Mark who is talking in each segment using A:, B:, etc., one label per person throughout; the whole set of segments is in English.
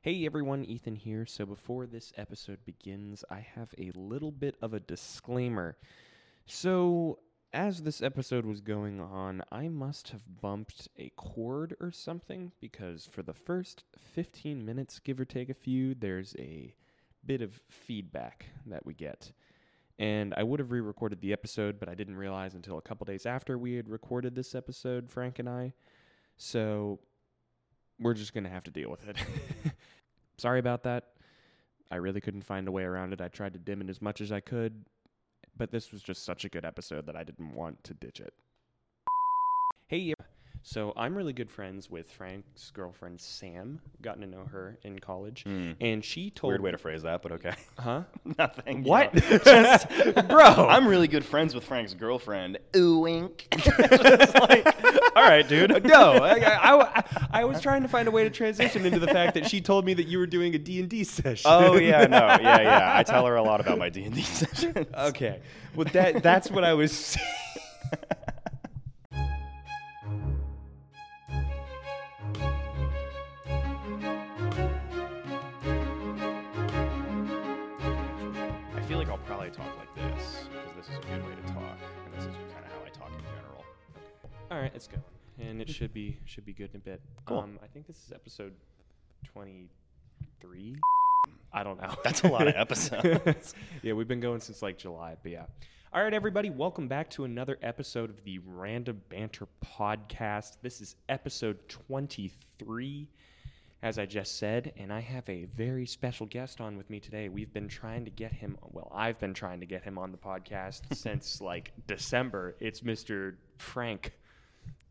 A: Hey everyone, Ethan here. So before this episode begins, I have a little bit of a disclaimer. So, as this episode was going on, I must have bumped a chord or something because for the first 15 minutes, give or take a few, there's a bit of feedback that we get. And I would have re recorded the episode, but I didn't realize until a couple days after we had recorded this episode, Frank and I. So, we're just going to have to deal with it. Sorry about that. I really couldn't find a way around it. I tried to dim it as much as I could, but this was just such a good episode that I didn't want to ditch it. Hey, yeah. so I'm really good friends with Frank's girlfriend Sam. Gotten to know her in college, and she told
B: Mm. Hmm. Weird way to phrase that, but okay.
A: huh?
B: Nothing.
A: What?
B: you know.
A: Just- bro.
B: I'm really good friends with Frank's girlfriend. Ooh, wink. It's like, all right, dude.
A: no, I, I, I- I was trying to find a way to transition into the fact that she told me that you were doing a D&D session.
B: Oh yeah, no, yeah, yeah. I tell her a lot about my D and D sessions.
A: Okay. Well, that that's what I was saying.
B: I feel like I'll probably talk like this because this is a good way to talk, and this is kind of how I talk in general.
A: All right, let's go. And it should be should be good in a bit.
B: Cool.
A: Um, I think this is episode twenty three. I don't know.
B: That's a lot of episodes.
A: yeah, we've been going since like July, but yeah. All right, everybody, welcome back to another episode of the Random Banter Podcast. This is episode twenty three, as I just said, and I have a very special guest on with me today. We've been trying to get him. Well, I've been trying to get him on the podcast since like December. It's Mister Frank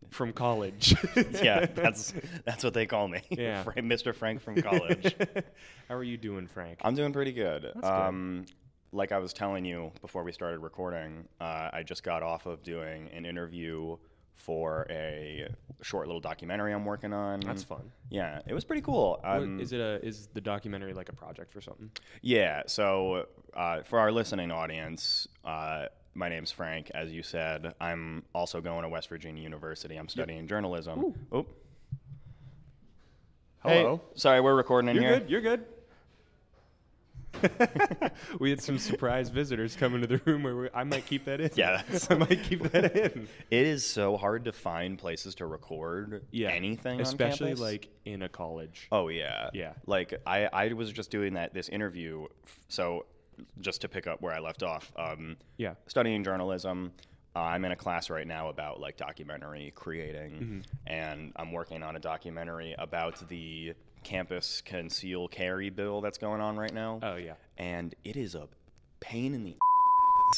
A: from college.
B: Yeah, that's that's what they call me.
A: Yeah.
B: Fra- Mr. Frank from college.
A: How are you doing, Frank?
B: I'm doing pretty good.
A: good.
B: um, Like I was telling you before we started recording, uh, I just got off of doing an interview for a short little documentary I'm working on.
A: That's fun.
B: yeah, it was pretty cool.
A: What-
B: Um,
A: is it a is the documentary like a project for something?
B: yeah, so uh, for our listening audience, uh, my name's Frank. As you said, I'm also going to West Virginia University. I'm studying journalism. Oh, hey, sorry, we're recording in
A: you're
B: here.
A: good. You're good. we had some surprise visitors come into the room where we, I might keep that in.
B: Yeah, that's-
A: I might keep that in.
B: It is so hard to find places to record
A: Yeah,
B: anything, on
A: especially
B: campus.
A: like in a college.
B: Oh yeah.
A: Yeah.
B: Like I, I was just doing that this interview, f- so just to pick up where I left off. Um,
A: Yeah,
B: studying journalism. Uh, I'm in a class right now about like documentary creating, and I'm working on a documentary about the campus conceal carry bill that's going on right now.
A: Oh, yeah.
B: And it is a pain in the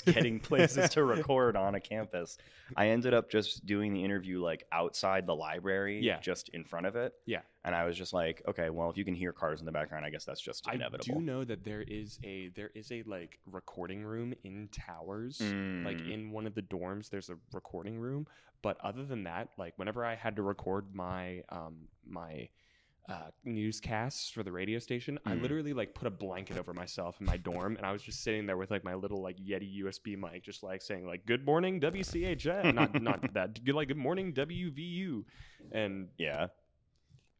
B: getting places to record on a campus. I ended up just doing the interview like outside the library,
A: Yeah.
B: just in front of it.
A: yeah.
B: And I was just like, okay, well, if you can hear cars in the background, I guess that's just
A: I do
B: inevitable.
A: know that there is a there is a like recording room in towers, like
B: Mm.
A: in one of the dorms. There's a recording room, but other than that, like whenever I had to record my um my uh, newscasts for the radio station, I
B: Mm.
A: literally like put a blanket over myself in my dorm, and I was just sitting there with like my little like Yeti USB mic, just like saying like "Good morning WCHN," not not that good like "Good morning WVU," and
B: yeah.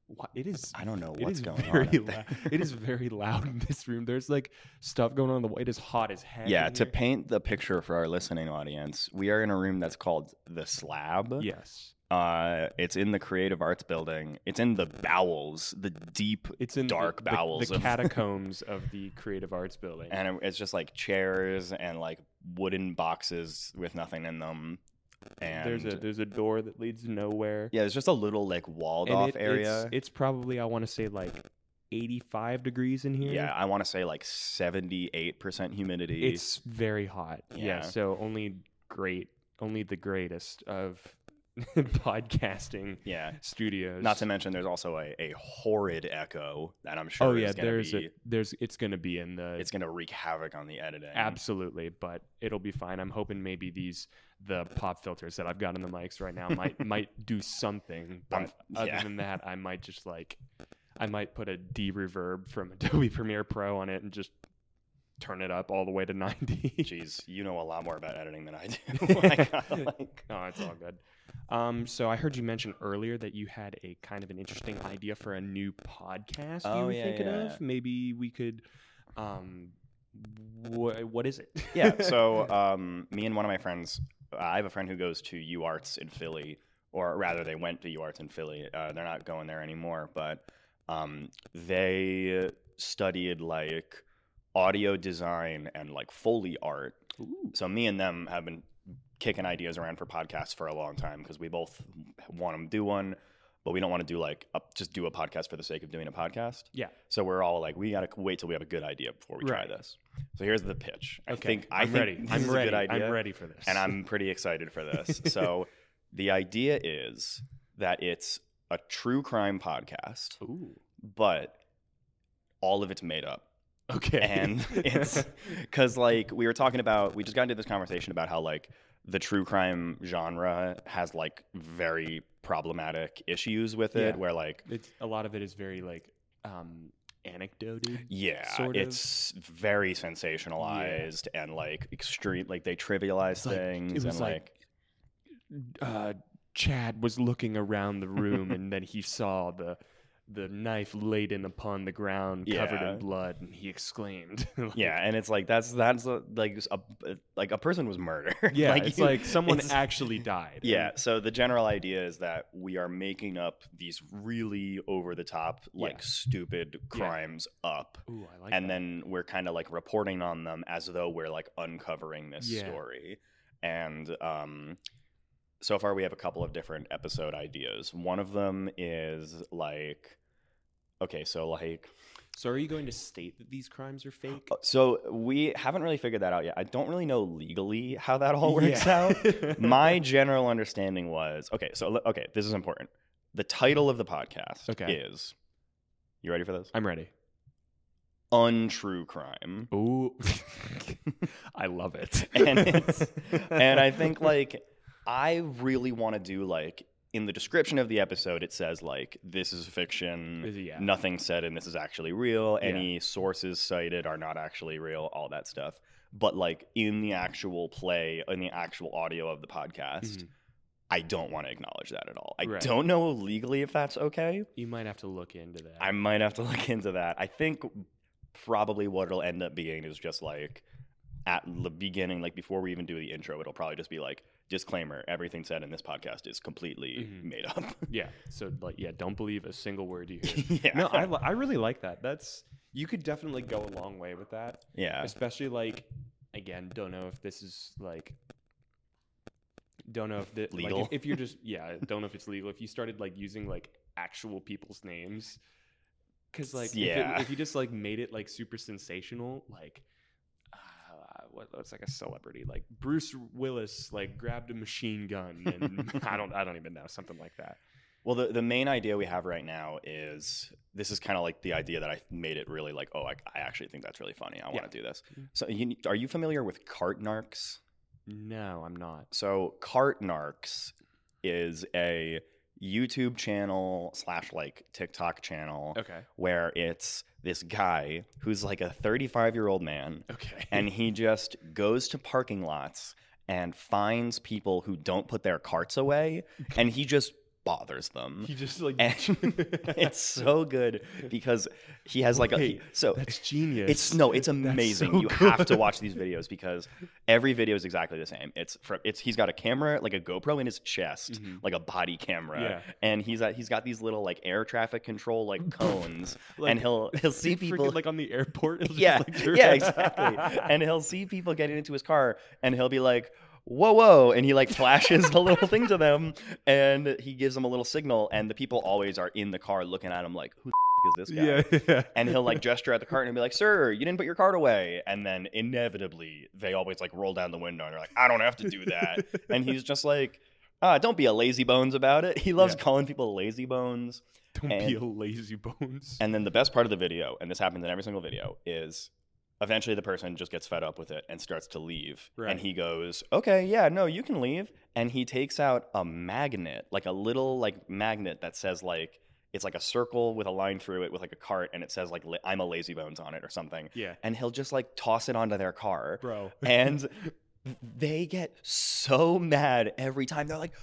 A: wha- it is
B: I don't know
A: it
B: what's
A: is
B: going
A: very
B: on. out
A: lou-
B: there.
A: it is very loud in this room. There's like stuff going on in the way. It is hot as heck.
B: Yeah,
A: in
B: to
A: here.
B: paint the picture for our listening audience, we are in a room that's called the Slab.
A: yes,
B: Uh, it's in the Creative Arts Building. It's in the bowels, the deep,
A: it's in the-
B: dark
A: the,
B: bowels
A: the,
B: of
A: catacombs of the Creative Arts Building.
B: and it- it's just like chairs and like wooden boxes with nothing in them. And
A: there's a there's a door that leads nowhere.
B: yeah, it's just a little like walled
A: and
B: off
A: it- it's-
B: area.
A: It's, probably I want to say like 85 degrees in here.
B: yeah, I want to say like seventy-eight percent humidity.
A: it's very hot. Yeah,
B: Yeah.
A: so only great, only the greatest of podcasting
B: yeah.
A: studios.
B: Not to mention, there's also a, a horrid echo that I'm sure.
A: Oh yeah,
B: is gonna
A: there's
B: be,
A: a there's it's gonna be in the
B: It's gonna wreak havoc on the editing.
A: Absolutely, but it'll be fine. I'm hoping maybe these the pop filters that I've got on the mics right now might might do something. But
B: I'm-
A: other
B: yeah.
A: than that, I might just like I might put a D reverb from Adobe Premiere Pro on it and just turn it up all the way to 90.
B: Jeez, you know a lot more about editing than I do. I gotta, like,
A: no, it's all good. Um, so I heard you mention earlier that you had a kind of an interesting idea for a new podcast you
B: Oh,
A: were
B: yeah,
A: thinking
B: yeah, yeah.
A: of. Maybe we could. Um, wha what is it?
B: yeah. So um, me and one of my friends, I have a friend who goes to U Arts in Philly, or rather, they went to U Arts in Philly. Uh, they're not going there anymore, but um, they studied like audio design and like Foley art.
A: Ooh.
B: So me and them have been kicking ideas around for podcasts for a long time because we both want to do one, but we don't want to do like up just do a podcast for the sake of doing a podcast.
A: Yeah.
B: So we're all like, we gotta wait till we have a good idea before we
A: Right.
B: try this. So here's the pitch. I
A: Okay,
B: think I
A: I'm
B: think
A: ready.
B: this
A: I'm
B: is
A: ready.
B: a good idea,
A: I'm ready for this.
B: and I'm pretty excited for this. so the idea is that it's a true crime podcast,
A: Ooh.
B: but all of it's made up
A: Okay.
B: and it's because like we were talking about we just got into this conversation about how like the true crime genre has like very problematic issues with it
A: Yeah.
B: where like
A: it's a lot of it is very like um anecdoted.
B: yeah
A: Sort of.
B: it's very sensationalized and like extreme like they trivialize
A: like- it
B: things
A: was
B: and
A: like-
B: like,
A: Uh, Chad was looking around the room and then he saw the the knife laden upon the ground covered
B: Yeah.
A: in blood and he exclaimed like-
B: yeah and it's like that's that's uh, like a like a person was murdered
A: yeah it's
B: you-
A: like someone
B: it's-
A: actually died
B: Yeah. So the general idea is that we are making up these really over the top,
A: Yeah.
B: like stupid crimes up.
A: And- Ooh, I like
B: and
A: that.
B: then we're kind of like reporting on them as though we're like uncovering this
A: Yeah.
B: story. And um, so far, we have a couple of different episode ideas. One of them is like, okay, so like,
A: so are you going to state that these crimes are fake
B: so we haven't really figured that out yet. I don't really know legally how that all works
A: Yeah.
B: out. my general understanding was okay so le- okay this is important the title of the podcast
A: Okay.
B: is you ready for this
A: i'm ready
B: untrue crime
A: Ooh, i love it
B: And it's- and i think like i really want to do like in the description of the episode it says like this is fiction
A: Is it- yeah
B: nothing said and this is actually real
A: Yeah.
B: any sources cited are not actually real all that stuff but like in the actual play in the actual audio of the podcast
A: Mhm.
B: i don't want to acknowledge that at all i
A: Right.
B: don't know legally if that's okay
A: you might have to look into that
B: I might have to look into that. I think probably what it'll end up being is just like at the beginning, like before we even do the intro, it'll probably just be like disclaimer: everything said in this podcast is completely
A: Mhm.
B: made up.
A: yeah so like yeah don't believe a single word you hear
B: yeah,
A: no I, li- I really like that that's you could definitely go a long way with that
B: yeah,
A: especially like again don't know if this is like don't know if the,
B: Legal.
A: like if, if you're just yeah don't know if it's legal if you started like using like actual people's names because like if,
B: Yeah.
A: it, if you just like made it like super sensational like uh, what, what's like a celebrity like bruce willis like grabbed a machine gun and i don't i don't even know something like that
B: Well, the, the main idea we have right now is this is kind of like the idea that I made it really like, oh, I, I actually think that's really funny. I want
A: Yeah.
B: to do this.
A: Mhm.
B: So, you, are you familiar with cart narcs?
A: no i'm not
B: So, cart narcs is a YouTube channel slash like TikTok channel
A: okay
B: where it's this guy who's like a 35 year old man
A: okay
B: and he just goes to parking lots and finds people who don't put their carts away and he just bothers them
A: he just like
B: and it's so good because he has like a he-
A: Wait,
B: so
A: that's genius
B: it's no it's
A: That's
B: amazing
A: so
B: you have to
A: good.
B: watch these videos because every video is exactly the same it's from it's he's got a camera like a GoPro in his chest
A: Mhm.
B: like a body camera
A: Yeah.
B: and he's at, he's got these little like air traffic control like cones
A: Like,
B: and he'll he'll see
A: freaking,
B: people
A: like on the airport. it'll just,
B: yeah,
A: like, turn-
B: yeah, exactly. and he'll see people getting into his car, and he'll be like, "Whoa, whoa!" And he like flashes the little thing to them, and he gives them a little signal, and the people always are in the car looking at him like, "Who the f- is this guy?"
A: yeah, yeah.
B: And he'll like gesture at the cart and be like, "Sir, you didn't put your cart away." And then inevitably, they always like roll down the window and they're like, "I don't have to do that." and he's just like, "Ah, don't be a lazy bones about it." He loves
A: Yeah.
B: calling people lazy bones.
A: Don't be
B: and-
A: a lazy bones.
B: And then the best part of the video, and this happens in every single video, is eventually the person just gets fed up with it and starts to leave.
A: Right.
B: And he goes, "Okay, yeah, no, you can leave." And he takes out a magnet, like a little like magnet that says like it's like a circle with a line through it with like a cart and it says like la- I'm a lazy bones on it or something.
A: Yeah.
B: And he'll just like toss it onto their car.
A: Bro.
B: and they get so mad every time. They're like,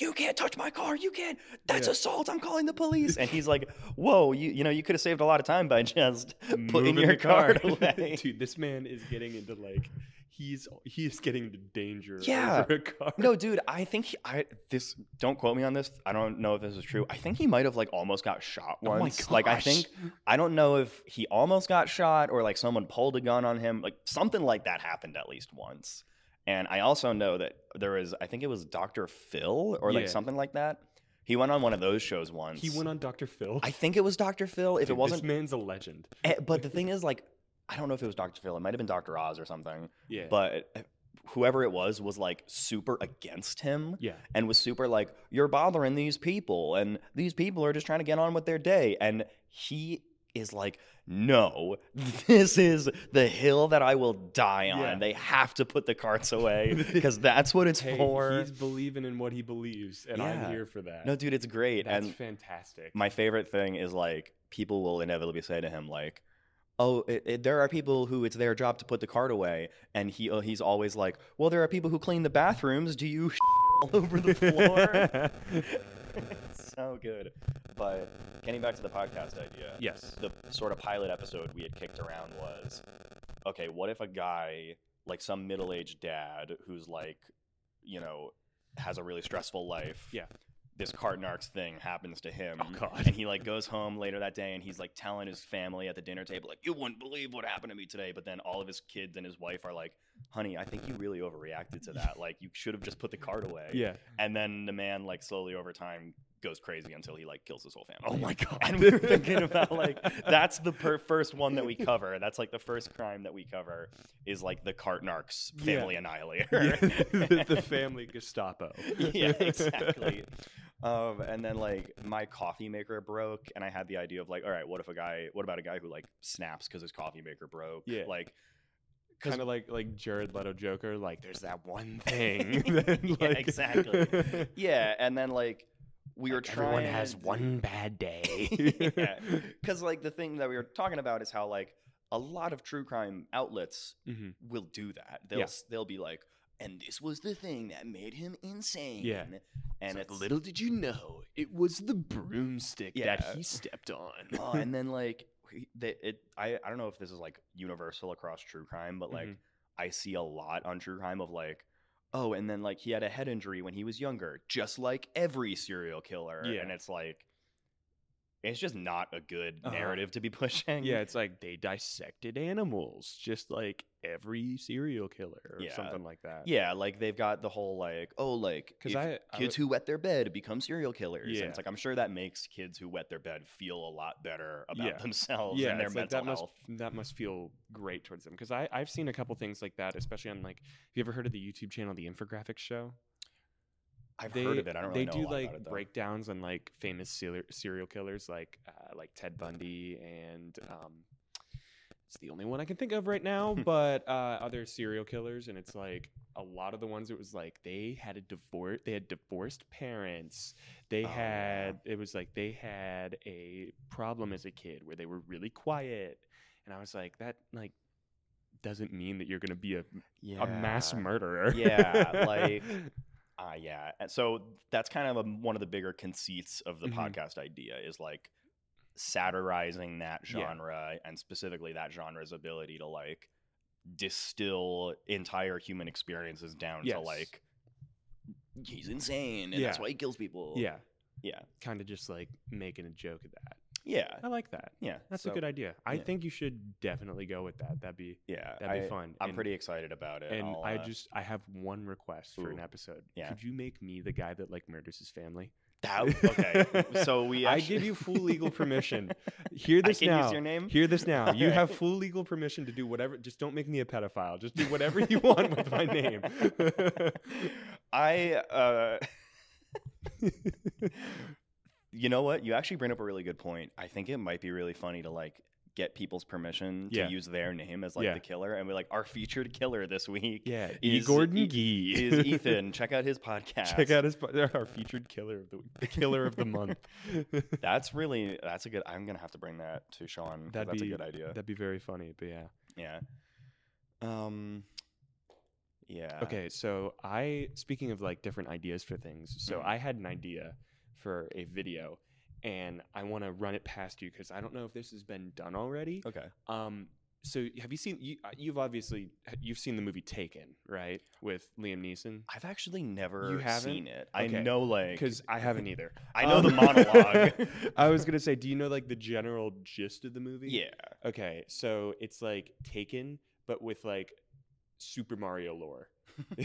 B: "You can't touch my car! You can't! That's
A: Yeah.
B: assault! I'm calling the police!" And he's like, "Whoa, you you know you could have saved a lot of time by just putting
A: Moving
B: your
A: the
B: card away."
A: Dude, this man is getting into like he's he is getting into danger
B: Yeah.
A: over a car.
B: No, dude, I think he, I this don't quote me on this. I don't know if this is true. I think he might have like almost got shot
A: Oh my
B: once. Like I
A: gosh.
B: think I don't know if he almost got shot or like someone pulled a gun on him. Like something like that happened at least once. And I also know that there was I think it was Dr. Phil or like
A: Yeah.
B: something like that. He went on one of those shows once.
A: He went on Dr. Phil.
B: I think it was Dr. Phil. If
A: Dude,
B: it wasn't
A: this man's a legend.
B: eh, but the thing is like I don't know if it was Dr. Phil. It might have been Dr. Oz or something.
A: Yeah.
B: But eh, whoever it was was like super against him
A: yeah.
B: and was super like, "You're bothering these people, and these people are just trying to get on with their day." And he is like, "No, this is the hill that I will die on.
A: Yeah.
B: They have to put the carts away because that's what it's
A: Hey,
B: for."
A: he's believing in what he believes, and
B: Yeah.
A: I'm here for that.
B: No, dude, it's great.
A: That's
B: and
A: fantastic.
B: my favorite thing is like people will inevitably say to him like oh it, it, there are people who it's their job to put the cart away and he uh, he's always like well there are people who clean the bathrooms do you all over the floor it's so good but getting back to the podcast idea
A: yes.
B: the sort of pilot episode we had kicked around was okay what if a guy like some middle-aged dad who's like you know has a really stressful life
A: Yeah.
B: this cart narcs thing happens to him
A: Oh, God.
B: and he like goes home later that day and he's like telling his family at the dinner table like you wouldn't believe what happened to me today but then all of his kids and his wife are like honey i think you really overreacted to that like you should have just put the cart away
A: Yeah.
B: and then the man like slowly over time goes crazy until he like kills his whole family
A: Oh my god.
B: and we were thinking about like that's the per- first one that we cover. That's like the first crime that we cover is like the cart narcs
A: Yeah.
B: family annihilator.
A: Yeah, the, the family Gestapo.
B: yeah, exactly. Um, and then like my coffee maker broke, and I had the idea of like, all right, what if a guy? What about a guy who like snaps because his coffee maker broke?
A: Yeah.
B: like
A: kind of like like Jared Leto Joker. Like, there's that one thing.
B: Yeah,
A: that, like,
B: exactly. yeah. And then like we were trying.
A: Everyone has one bad day.
B: yeah, because like the thing that we were talking about is how like a lot of true crime outlets
A: hmm
B: will do that.
A: Yeah.
B: They'll s they'll be like, and this was the thing that made him insane. and it's,
A: little did you know, it was the broomstick
B: Yeah.
A: he stepped on.
B: Oh, and then like he- they, it. I I don't know if this is like universal across true crime, but like
A: Mhm.
B: I see a lot on true crime of like. Oh, and then like he had a head injury when he was younger, just like every serial killer.
A: Yeah.
B: And it's like, it's just not a good
A: Uh-huh.
B: narrative to be pushing.
A: yeah, it's like they dissected animals, just like every serial killer or
B: Yeah.
A: something like that.
B: Yeah, like they've got the whole like, oh, like
A: because
B: if-
A: I, I
B: kids who wet their bed become serial killers. And
A: Yeah.
B: it's like I'm sure that makes kids who wet their bed feel a lot better about
A: Yeah.
B: themselves
A: yeah,
B: and their
A: it's like
B: mental
A: that must
B: health.
A: that must feel great towards them because I I've seen a couple things like that, especially on like have you ever heard of the YouTube channel The Infographics Show?
B: I've heard of it. I don't really
A: they
B: know.
A: do
B: a lot
A: like
B: about it, though.
A: breakdowns on like famous serial, serial killers like uh, like Ted Bundy and um, it's the only one I can think of right now, but uh, other serial killers, and it's like a lot of the ones it was like they had a divorce, they had divorced parents, they
B: Oh, yeah.
A: had it was like they had a problem as a kid where they were really quiet, and I was like that like doesn't mean that you're gonna be a,
B: yeah.
A: a mass murderer.
B: Yeah, like- Ah, yeah. And so that's kind of a, one of the bigger conceits of the
A: Mhm.
B: podcast idea is like satirizing that
A: Yeah.
B: genre and specifically that genre's ability to like distill entire human experiences down to
A: Yes.
B: like he's insane and that's
A: Yeah.
B: why he kills people.
A: yeah,
B: Yeah.
A: kind of just like making a joke of that.
B: Yeah.
A: I like that.
B: Yeah.
A: That's a
B: so-
A: good idea. I
B: yeah.
A: think you should definitely go with that. That'd be
B: Yeah,
A: that'd be
B: I,
A: fun.
B: I'm
A: And-
B: pretty excited about it.
A: And
B: I'll,
A: I
B: uh,
A: just I have one request for an
B: Ooh,
A: episode.
B: yeah.
A: Could you make me the guy that like murders his family?
B: that, okay. So we
A: I
B: actually-
A: give you full legal permission. Hear
B: I
A: this
B: can
A: now.
B: use your name.
A: Hear this now. You have
B: Alright.
A: full legal permission to do whatever. Just don't make me a pedophile. Just do whatever you want with my name.
B: I uh You know what? You actually bring up a really good point. I think it might be really funny to like get people's permission
A: Yeah.
B: to use their name as like
A: Yeah.
B: the killer, and we're like, our featured killer this week.
A: Yeah, E.
B: is
A: Gordon
B: E-
A: Gee.
B: is Ethan. Check out his podcast.
A: Check out his po- our featured killer of the week, the killer of the month.
B: That's really that's a good. I'm gonna have to bring that to Sean. 'cause
A: That'd
B: that's
A: be-
B: a good idea.
A: That'd be very funny, but yeah.
B: yeah. Um. Yeah.
A: Okay, so I speaking of like different ideas for things, so
B: Mhm.
A: I had an idea for a video and I want to run it past you cuz I don't know if this has been done already.
B: Okay.
A: Um so have you seen you, uh, you've obviously you've seen the movie Taken, right? With Liam Neeson?
B: I've actually never
A: You haven't?
B: seen it. I
A: Okay.
B: know like
A: Cuz I haven't either.
B: I know the
A: Um,
B: monologue.
A: I was going to say, do you know like the general gist of the movie?
B: yeah.
A: Okay, so it's like Taken, but with like Super Mario lore.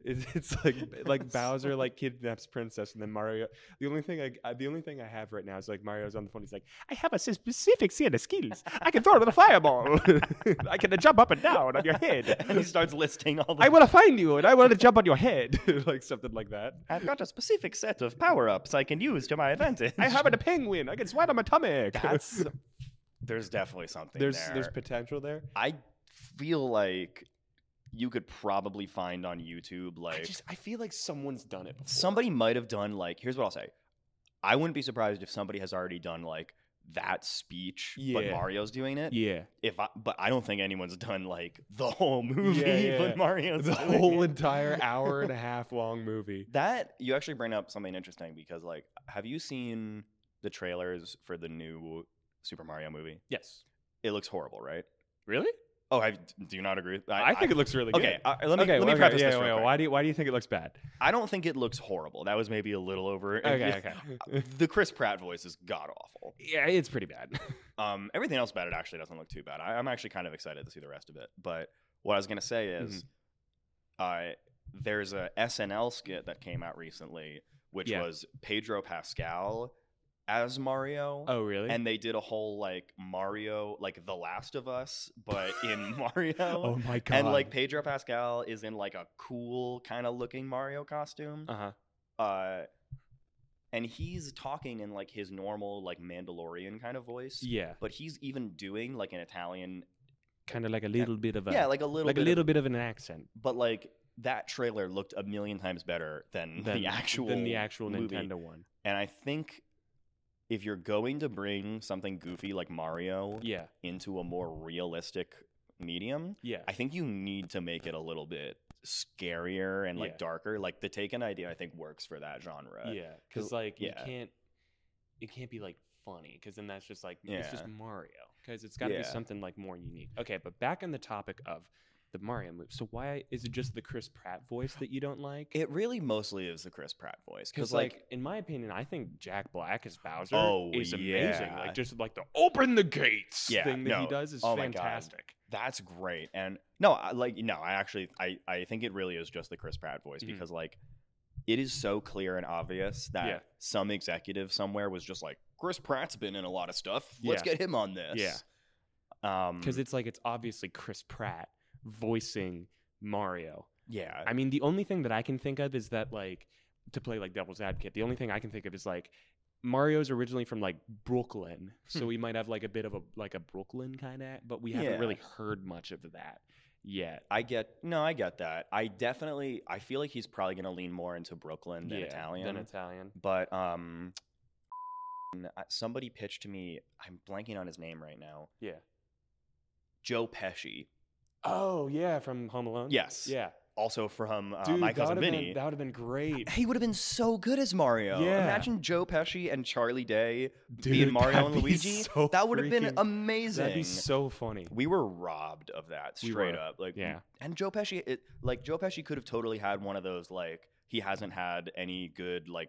A: it's, it's like like Bowser like kidnaps princess, and then Mario. The only thing I, I the only thing I have right now is like Mario's on the phone. He's like, I have a specific set of skills. I can throw it with a fireball. I can uh, jump up and down on your
B: And he
A: head.
B: starts listing all the.
A: I want to find you, and I want to jump on your head, like something like that.
B: I've got a specific set of power ups I can use to my advantage.
A: I have a penguin. I can swat on my tummy.
B: That's. There's definitely something
A: there's
B: there.
A: there's potential there.
B: I feel like you could probably find on YouTube like
A: I just I feel like someone's done it. Before.
B: somebody might have done like here's what I'll say. I wouldn't be surprised if somebody has already done like that speech, but
A: Yeah.
B: Mario's doing it.
A: Yeah.
B: If I, but I don't think anyone's done like the whole movie,
A: yeah, yeah.
B: but Mario's
A: the
B: doing
A: whole
B: it.
A: entire hour and a half long movie.
B: That you actually bring up something interesting because like, have you seen the trailers for the new Super Mario movie?
A: Yes.
B: It looks horrible, right?
A: Really?
B: Oh, I do you not agree.
A: I, think it looks really
B: okay.
A: good.
B: Uh, let me
A: okay,
B: let me
A: okay,
B: preface
A: yeah,
B: this.
A: yeah,
B: real
A: yeah,
B: quick.
A: Why do you, why do you think it looks bad?
B: I don't think it looks horrible. That was maybe a little over.
A: Okay, okay.
B: the Chris Pratt voice is god awful.
A: yeah, it's pretty bad.
B: Um, everything else about it actually doesn't look too bad. I, I'm actually kind of excited to see the rest of it. But what I was gonna say is,
A: Mm-hmm.
B: uh, there's a SNL skit that came out recently, which
A: Yeah.
B: was Pedro Pascal as Mario.
A: oh, really?
B: And they did a whole like Mario, like The Last of Us, but in Mario.
A: oh my god.
B: and like Pedro Pascal is in like a cool kind of looking Mario costume
A: uh huh.
B: uh and he's talking in like his normal like mandalorian kind of voice
A: Yeah,
B: but he's even doing like an italian
A: kind of like a little bit of a
B: yeah like a little
A: like a
B: bit of-
A: little bit of an accent.
B: but like that trailer looked a million times better than,
A: than-
B: the actual
A: than the actual
B: movie.
A: Nintendo one.
B: and i think if you're going to bring something goofy like mario
A: Yeah,
B: into a more realistic medium
A: yeah,
B: i think you need to make it a little bit scarier and like
A: Yeah.
B: darker like the taken idea i think works for that genre
A: yeah. Because like
B: yeah.
A: you can't, it can't be like funny. Because then that's just like it's just
B: Yeah.
A: Mario. Because it's got to
B: Yeah.
A: be something like more unique. Okay, but back on the topic of the Mario movie. So why is it just the Chris Pratt voice that you don't like?
B: It really mostly is the Chris Pratt voice
A: Because,
B: because,
A: like,
B: like,
A: in my opinion, I think Jack Black as Bowser
B: Oh,
A: is amazing.
B: yeah.
A: Like, just like the open the gates
B: Yeah,
A: thing that he
B: no.
A: does is
B: Oh my God.
A: fantastic.
B: that's great. And no, I, like, no, I actually, I, I think it really is just the Chris Pratt voice
A: Mhm.
B: because, like, it is so clear and obvious that
A: Yeah.
B: some executive somewhere was just like, Chris Pratt's been in a lot of stuff. Let's
A: Yeah.
B: get him on this. Yeah. Um,
A: Because it's like it's obviously Chris Pratt voicing Mario.
B: yeah,
A: I mean, the only thing that I can think of is that, like, to play like devil's advocate, the only thing I can think of is like Mario's originally from like Brooklyn, so we might have like a bit of a like a Brooklyn kind of, but we haven't
B: Yeah.
A: really heard much of that yet.
B: I get, no, I get that. I definitely, I feel like he's probably going to lean more into Brooklyn than Italian.
A: Than Italian.
B: but um somebody pitched me i'm blanking on his name right now
A: Yeah.
B: joe pesci
A: Oh yeah, from Home Alone.
B: Yes.
A: Yeah.
B: also from uh,
A: Dude,
B: my
A: that
B: cousin
A: would've been-
B: vinny
A: that would have been great.
B: he would have been so good as mario
A: Yeah.
B: imagine joe pesci and charlie day
A: Dude,
B: being mario
A: that'd
B: and
A: be
B: luigi
A: so
B: that would have been
A: freaking-
B: amazing
A: That'd be so funny.
B: we were robbed of that
A: We
B: straight
A: were.
B: up like
A: Yeah.
B: and joe pesci it, like joe pesci could have totally had one of those like he hasn't had any good like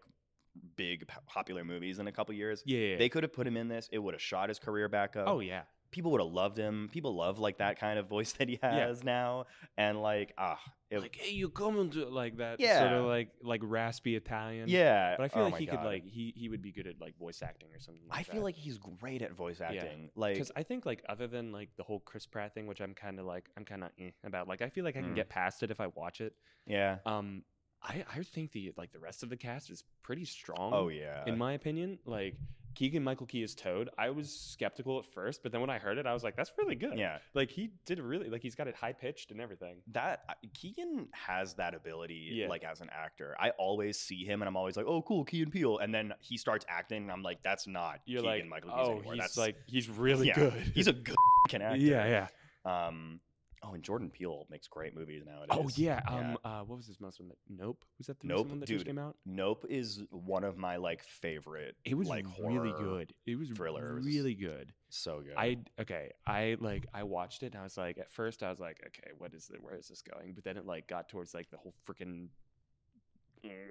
B: big po- popular movies in a couple years
A: Yeah. yeah.
B: they could have put him in this it would have shot his career back up
A: oh yeah.
B: people would have loved him. People love like that kind of voice that he
A: Yeah.
B: has now, and like ah, it,
A: like hey, you coming to like that sort
B: Yeah.
A: of like like raspy Italian.
B: yeah.
A: But I feel
B: oh
A: like
B: my
A: he could
B: God.
A: like he he would be good at like voice acting or something. Like
B: I feel like he's great at voice acting. Like
A: because I think like other than like the whole Chris Pratt thing, which I'm kind of like I'm kind of eh about. Like I feel like I can
B: Mm.
A: get past it if I watch it.
B: yeah.
A: Um, I I think the like the rest of the cast is pretty strong.
B: Oh yeah.
A: in my opinion, like Keegan Michael Key is Toad, I was skeptical at first, but then when I heard it, I was like, that's really good.
B: Yeah.
A: Like he did really like he's got it high pitched and everything.
B: That I- Keegan has that ability,
A: Yeah.
B: like as an actor. I always see him, and I'm always like, "Oh, cool, Keegan Peele." And then he starts acting, and I'm like, "That's not
A: You're
B: Keegan
A: like,
B: Michael Key's
A: oh,
B: anymore.
A: he's
B: That's
A: like he's really
B: yeah,
A: good.
B: He's a good fucking actor."
A: yeah, yeah.
B: Um. Oh, and Jordan Peele makes great movies nowadays.
A: Oh yeah. Um. Uh, what was his most one? That Nope. Was that the recent
B: Nope,
A: one that just
B: dude.
A: came out?
B: Nope is one of my like favorite.
A: It was
B: like
A: really
B: horror-
A: good. It was
B: thrillers.
A: really good.
B: So good.
A: I okay. I like I watched it and I was like at first I was like okay what is it where is this going? But then it like got towards like the whole freaking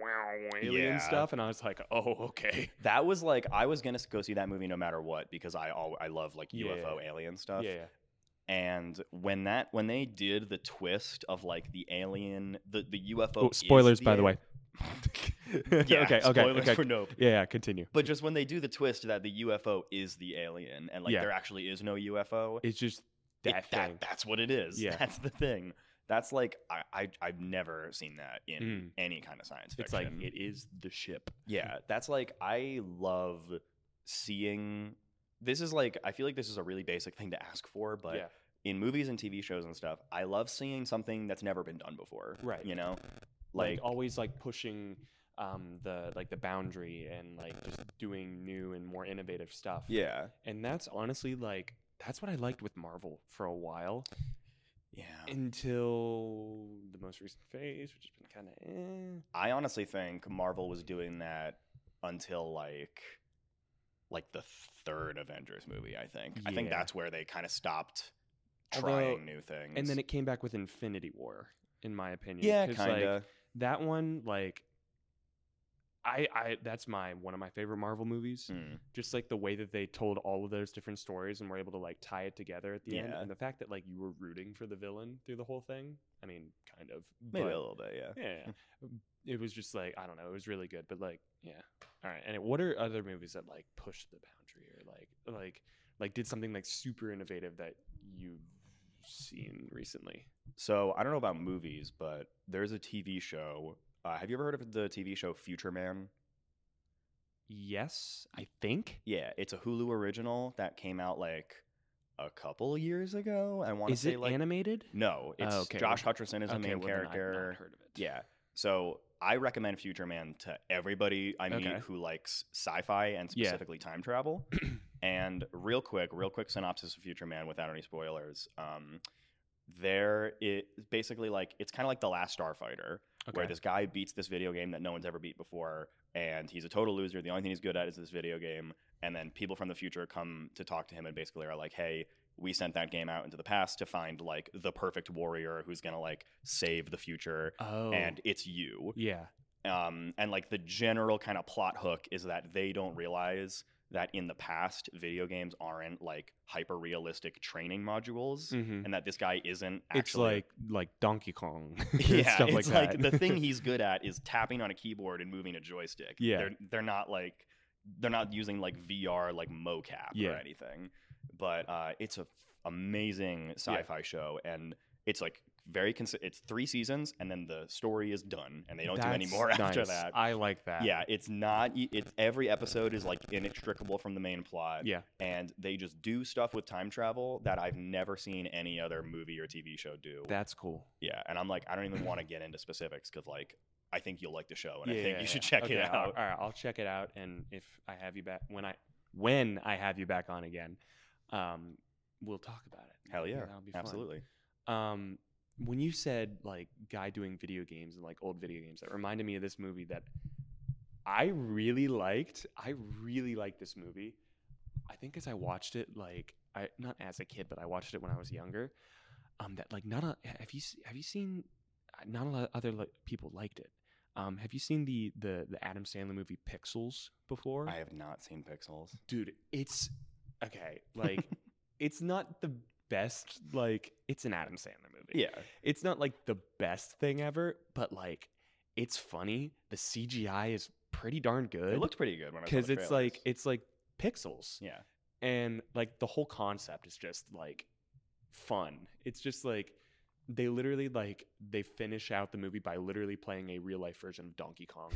A: wow alien
B: Yeah.
A: stuff and I was like oh okay
B: that was like I was gonna go see that movie no matter what because I al- I love like
A: Yeah.
B: UFO alien stuff.
A: yeah
B: And when that when they did the twist of like the alien the the UFO
A: oh,
B: is
A: spoilers
B: the
A: by the
B: a-
A: way
B: yeah,
A: okay okay
B: spoilers
A: okay
B: for nope.
A: yeah, yeah continue
B: But just when they do the twist that the UFO is the alien and like
A: Yeah.
B: there actually is no UFO,
A: it's just
B: it-
A: that thing
B: that's what it is.
A: Yeah.
B: That's the thing. That's like I, I I've never seen that in
A: Mm.
B: any kind of science fiction.
A: it's like it is the ship
B: Yeah, that's like I love seeing. This is like I feel like this is a really basic thing to ask for, but
A: Yeah.
B: in movies and TV shows and stuff, I love seeing something that's never been done before.
A: Right.
B: You know,
A: like,
B: like,
A: always like pushing um the like the boundary and like just doing new and more innovative stuff
B: yeah,
A: and that's honestly like that's what I liked with Marvel for a while
B: Uh. yeah.
A: until the most recent phase, which has been kind of eh.
B: I honestly think Marvel was doing that until like like the third Avengers movie. I think. I think
A: Yeah.
B: that's where they kind of stopped
A: Although-
B: trying new things.
A: and then it came back with Infinity War, in my opinion.
B: yeah,
A: 'cause,
B: kind
A: Like,
B: of.
A: that one, like, I, I, that's my one of my favorite Marvel movies.
B: Mm,
A: Just like the way that they told all of those different stories and were able to like tie it together at the end,
B: Yeah.
A: and the fact that like you were rooting for the villain through the whole thing. I mean, kind of.
B: maybe
A: but-
B: a little bit. Yeah.
A: yeah. Um, It was just like I don't know. It was really good, but like yeah. All right. And what are other movies that like push the boundary or like like like did something like super innovative that you've seen recently?
B: So I don't know about movies, but there's a TV show. Uh, have you ever heard of the TV show Future Man?
A: Yes, I think.
B: Yeah, it's a Hulu original that came out like a couple years ago. I want to
A: Is
B: say
A: it
B: like
A: animated?
B: no,
A: Oh,
B: it's
A: okay,
B: Josh
A: well-
B: Hutcherson is the
A: well,
B: main
A: then I've not
B: character.
A: heard of it.
B: Yeah, so I recommend Future Man to everybody I meet
A: Okay.
B: who likes sci-fi and
A: Yeah.
B: specifically time travel. and real quick, real quick synopsis of Future Man without any spoilers. Um, there, it basically like it's kind of like the Last Starfighter. where this guy beats this video game that no one's ever beat before, and he's a total loser. The only thing he's good at is this video game. And then people from the future come to talk to him and basically are like, "Hey, we sent that game out into the past to find like the perfect warrior who's gonna like save the future,
A: oh
B: and it's you."
A: yeah.
B: Um, and like the general kind of plot hook is that they don't realize that in the past, video games aren't like hyper realistic training modules.
A: Mhm.
B: And that this guy isn't actually
A: It's like like Donkey Kong. and
B: yeah,
A: stuff like,
B: it's like,
A: that.
B: the thing he's good at is tapping on a keyboard and moving a joystick.
A: Yeah.
B: they're they're not like they're not using like VR like mocap
A: Yeah.
B: or anything. But uh, it's a f- amazing sci-fi show, and it's like very consi- it's three seasons, and then the story is done, and they don't do any
A: That's
B: more after
A: nice.
B: that.
A: I like that.
B: yeah, it's not. e- It's every episode is like inextricable from the main plot,
A: Yeah.
B: and they just do stuff with time travel that I've never seen any other movie or TV show do.
A: That's cool.
B: Yeah, and I'm like, I don't even want to get into specifics because like I think you'll like the show, and I think
A: Yeah,
B: you should
A: yeah.
B: check
A: Okay,
B: it
A: I'll-
B: out.
A: All right, I'll check it out, and if I have you back when I when I have you back on again, um, we'll talk about it.
B: Hell yeah,
A: that'll be fun.
B: absolutely.
A: Um, when you said like guy doing video games and like old video games, that reminded me of this movie that I really liked. I really liked this movie. I think as I watched it, like I not as a kid, but I watched it when I was younger. Um, that like not a, have you s- have you seen? uh, Not a lot of other like, people liked it. Um, have you seen the the the Adam Sandler movie Pixels before?
B: I have not seen Pixels.
A: dude it's okay like it's not the best like it's an adam sandler movie
B: Yeah,
A: it's not like the best thing ever but like it's funny the cgi is pretty darn
B: it
A: good
B: looked pretty good when I because
A: because it's like it's like pixels
B: yeah,
A: and like the whole concept is just like fun it's just like they literally like they finish out the movie by literally playing a real life version of donkey kong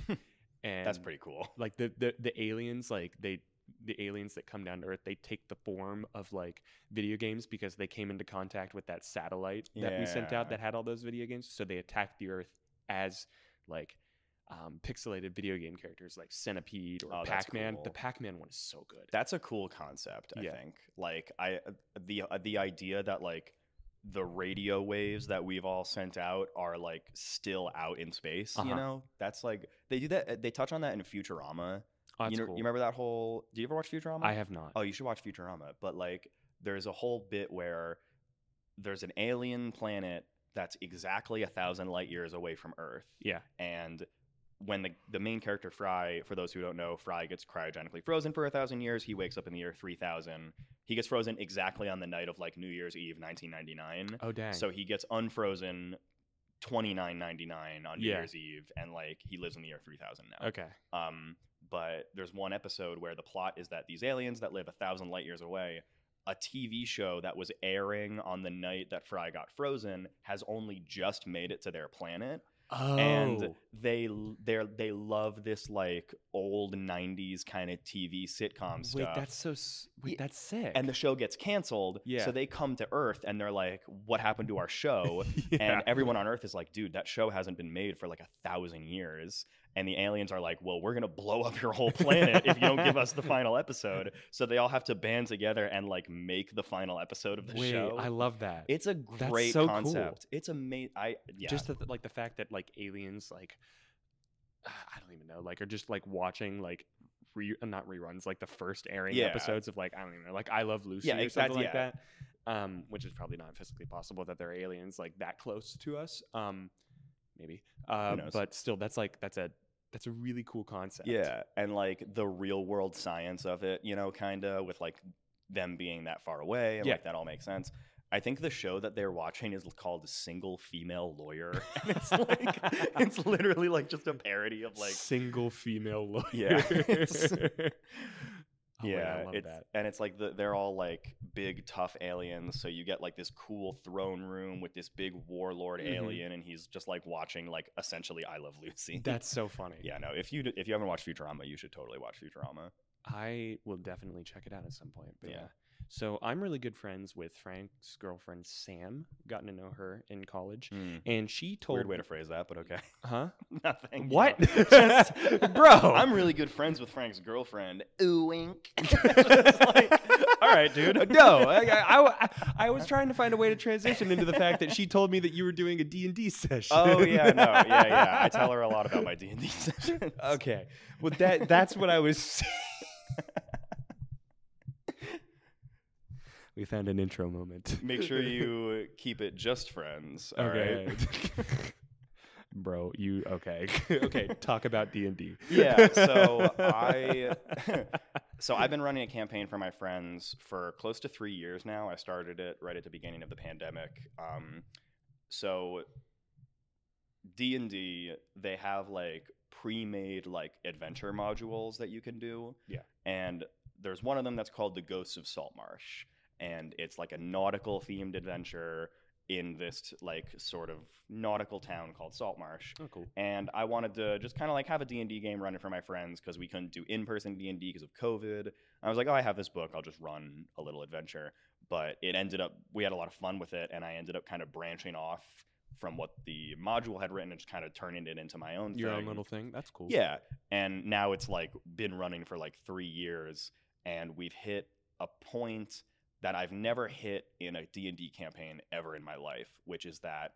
A: and
B: that's pretty cool.
A: like the, the the aliens like they the aliens that come down to Earth, they take the form of like video games because they came into contact with that satellite that we sent out
B: Yeah.
A: that had all those video games. So they attacked the Earth as like um, pixelated video game characters like Centipede or
B: Oh, that's
A: Pac Man. The
B: cool.
A: Pac Man one is so good.
B: That's a cool concept, I
A: Yeah.
B: think. Like I the the idea that like the radio waves that we've all sent out are like still out in space,
A: Uh-huh.
B: you know? That's like they do that they touch on that in Futurama.
A: Oh, that's
B: you know,
A: cool.
B: you remember that whole Do you ever watch Futurama?
A: I have not.
B: Oh, you should watch Futurama. But like, there's a whole bit where there's an alien planet that's exactly a thousand light years away from Earth,
A: yeah.
B: and when the the main character Fry, for those who don't know, Fry gets cryogenically frozen for a thousand years. He wakes up in the year three thousand. He gets frozen exactly on the night of like New Year's Eve, 1999.
A: Oh dang.
B: So he gets unfrozen. 29.99 on New
A: Yeah.
B: Year's Eve and like he lives in the year 3000 now.
A: okay.
B: Um, but there's one episode where the plot is that these aliens that live a thousand light years away, a TV show that was airing on the night that Fry got frozen, has only just made it to their planet,
A: Oh.
B: and they they they love this like old '90s kind of TV sitcom
A: wait,
B: stuff.
A: that's so. s- Wait,
B: Yeah,
A: that's sick.
B: and the show gets canceled,
A: Yeah.
B: so they come to Earth and they're like, "What happened to our show?"
A: Yeah.
B: And everyone on Earth is like, dude, that show hasn't been made for like a thousand years. And the aliens are like, well, we're going to blow up your whole planet if you don't give us the final episode. So they all have to band together and like make the final episode of the
A: wait,
B: show.
A: I love that.
B: it's a
A: That's
B: great
A: so cool.
B: concept. It's amazing. I, yeah.
A: just the, like the fact that like aliens like i don't even know like are just like watching like re- uh, not reruns like the first airing
B: Yeah.
A: episodes of like i don't even know like i love lucy
B: Yeah,
A: or something
B: exactly,
A: like that um which is probably not physically possible that they're aliens like that close to us um maybe uh
B: knows?
A: but still that's like that's a that's a really cool concept
B: yeah. And like the real world science of it, you know, kind of with like them being that far away. And
A: Yeah.
B: like that all makes sense. I think the show that they're watching is called Single Female Lawyer. And it's like, it's literally like just a parody of like
A: single female lawyer
B: Yeah, it's-
A: Oh, wait,
B: yeah,
A: Oh, i love
B: it's,
A: that
B: and it's like the, they're all like big tough aliens. So you get like this cool throne room with this big warlord
A: Mhm.
B: alien, and he's just like watching like essentially I Love Lucy.
A: that's so funny
B: yeah, no. If you d- if you haven't watched Futurama, you should totally watch Futurama.
A: I will definitely check it out at some point. But yeah.
B: Yeah.
A: So I'm really good friends with Frank's girlfriend Sam. Gotten to know her in college, and she told
B: Mm-hmm. Weird way to phrase that, but okay.
A: huh?
B: Nothing.
A: What,
B: no. Just-
A: bro?
B: I'm really good friends with Frank's girlfriend. Ooh, wink. Just like, all right, dude.
A: No, I, I, I- I was trying to find a way to transition into the fact that she told me that you were doing a D and D session.
B: Oh yeah, no, yeah, yeah. I tell her a lot about my D and D sessions.
A: Okay, well that that's what I was. saying. we found an intro moment.
B: Make sure you keep it just friends. All right.
A: bro you okay okay talk about d&d
B: yeah so i so i've been running a campaign for my friends for close to three years now i started it right at the beginning of the pandemic um, so d&d they have like pre-made like adventure modules that you can do
A: Yeah.
B: and there's one of them that's called the ghosts of saltmarsh and it's like a nautical themed adventure in this like sort of nautical town called saltmarsh
A: oh cool
B: and I wanted to just kind of like have a D&D game running for my friends because we couldn't do in-person D&D because of COVID. I was like, oh, I have this book. I'll just run a little adventure. But it ended up, we had a lot of fun with it, and I ended up kind of branching off from what the module had written and just kind of turning it into my own
A: your
B: thing.
A: own little thing that's cool
B: Yeah, and now it's like been running for like three years, and we've hit a point that I've never hit in a D and D campaign ever in my life, which is that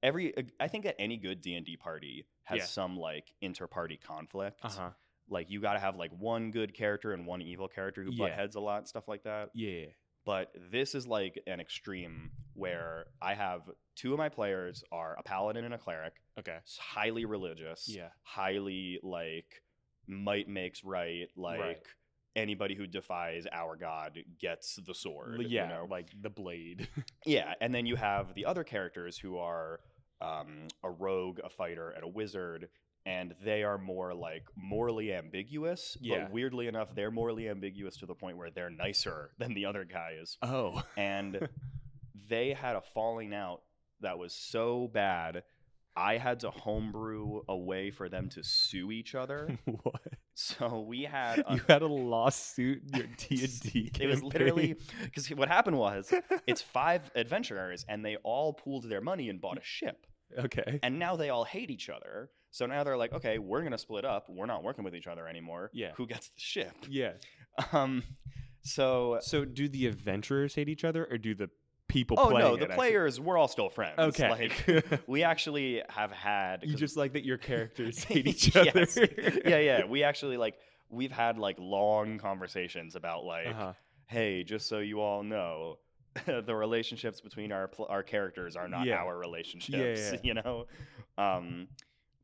B: every I think that any good D and D party has
A: Yeah.
B: some like inter party conflict.
A: uh-huh
B: Like you got to have like one good character and one evil character who butt
A: Yeah.
B: heads a lot and stuff like that
A: yeah
B: but this is like an extreme where I have two of my players are a paladin and a cleric,
A: okay
B: s- highly religious,
A: Yeah.
B: highly like might makes right, like anybody who defies our god gets the sword.
A: L-
B: you
A: yeah
B: know?
A: like the blade
B: yeah. And then you have the other characters who are um, a rogue, a fighter, and a wizard. And they are more like morally ambiguous,
A: Yeah.
B: but weirdly enough, they're morally ambiguous to the point where they're nicer than the other guy is
A: oh
B: and they had a falling out that was so bad. I had to homebrew a way for them to sue each other.
A: what?
B: So we had a
A: you had a lawsuit in your D and D.
B: It was literally because what happened was it's five adventurers and they all pooled their money and bought a ship.
A: okay.
B: And now they all hate each other. So now they're like, okay, we're gonna split up. We're not working with each other anymore.
A: Yeah.
B: Who gets the ship?
A: Yeah.
B: Um so
A: So do the adventurers hate each other, or do the people?
B: Oh
A: playing
B: no,
A: it
B: the
A: actually-
B: players, we're all still friends.
A: Okay.
B: Like we actually have had
A: you
B: 'cause-
A: just like that your characters hate each other.
B: Yes. yeah, yeah. We actually like we've had like long conversations about like
A: Uh-huh.
B: hey, just so you all know, the relationships between our pl- our characters are not
A: Yeah.
B: our relationships,
A: yeah.
B: you know. Um,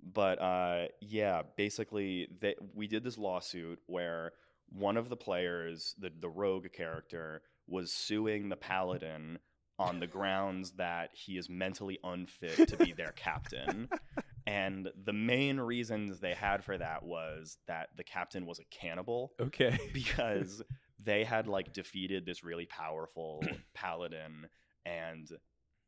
B: but uh, yeah, basically, they, we did this lawsuit where one of the players, the the rogue character, was suing the paladin on the grounds that he is mentally unfit to be their captain. And the main reasons they had for that was that the captain was a cannibal
A: Okay.
B: because they had like defeated this really powerful paladin and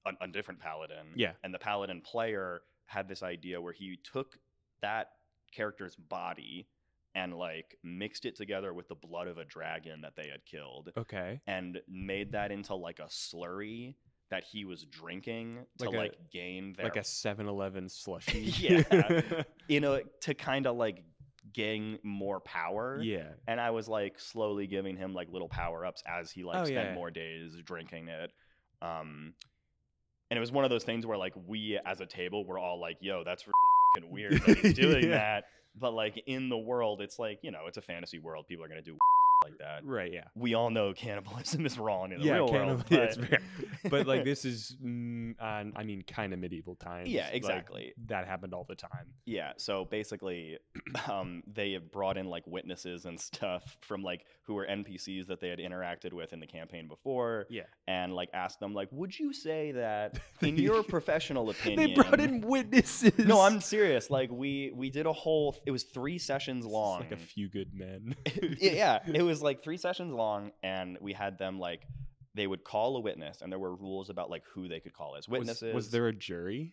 B: a, a different paladin.
A: Yeah.
B: And the paladin player had this idea where he took that character's body and like mixed it together with the blood of a dragon that they had killed
A: Okay.
B: and made that into like a slurry that he was drinking to
A: Like
B: like,
A: a-
B: gain their
A: Like a 7-Eleven slushie.
B: Yeah. you know to kind of like gain more power
A: yeah.
B: and I was like slowly giving him like little power ups as he like
A: Oh,
B: spent
A: yeah.
B: more days drinking it. Um, and it was one of those things where like we as a table were all like, "Yo, that's fucking weird that he's doing
A: Yeah.
B: that." But like in the world, it's like you know, it's a fantasy world. People are gonna do like that.
A: Right. Yeah.
B: We all know cannibalism is wrong in the
A: Yeah,
B: real world.
A: cannibal-
B: But,
A: it's very- But like this is, mm, uh, I mean, kind of medieval times.
B: yeah,
A: Like,
B: exactly.
A: that happened all the time.
B: Yeah, so basically, um, they had brought in like witnesses and stuff from like who were NPCs that they had interacted with in the campaign before,
A: Yeah.
B: and like asked them like, "Would you say that in your professional opinion?"
A: They brought in witnesses.
B: um, No, I'm serious. Like we we did a whole. It was three sessions
A: It's
B: long.
A: Like a few good men.
B: yeah, it was like three sessions long, and we had them like they would call a witness, and there were rules about like who they could call as
A: Was,
B: witnesses.
A: was there a jury?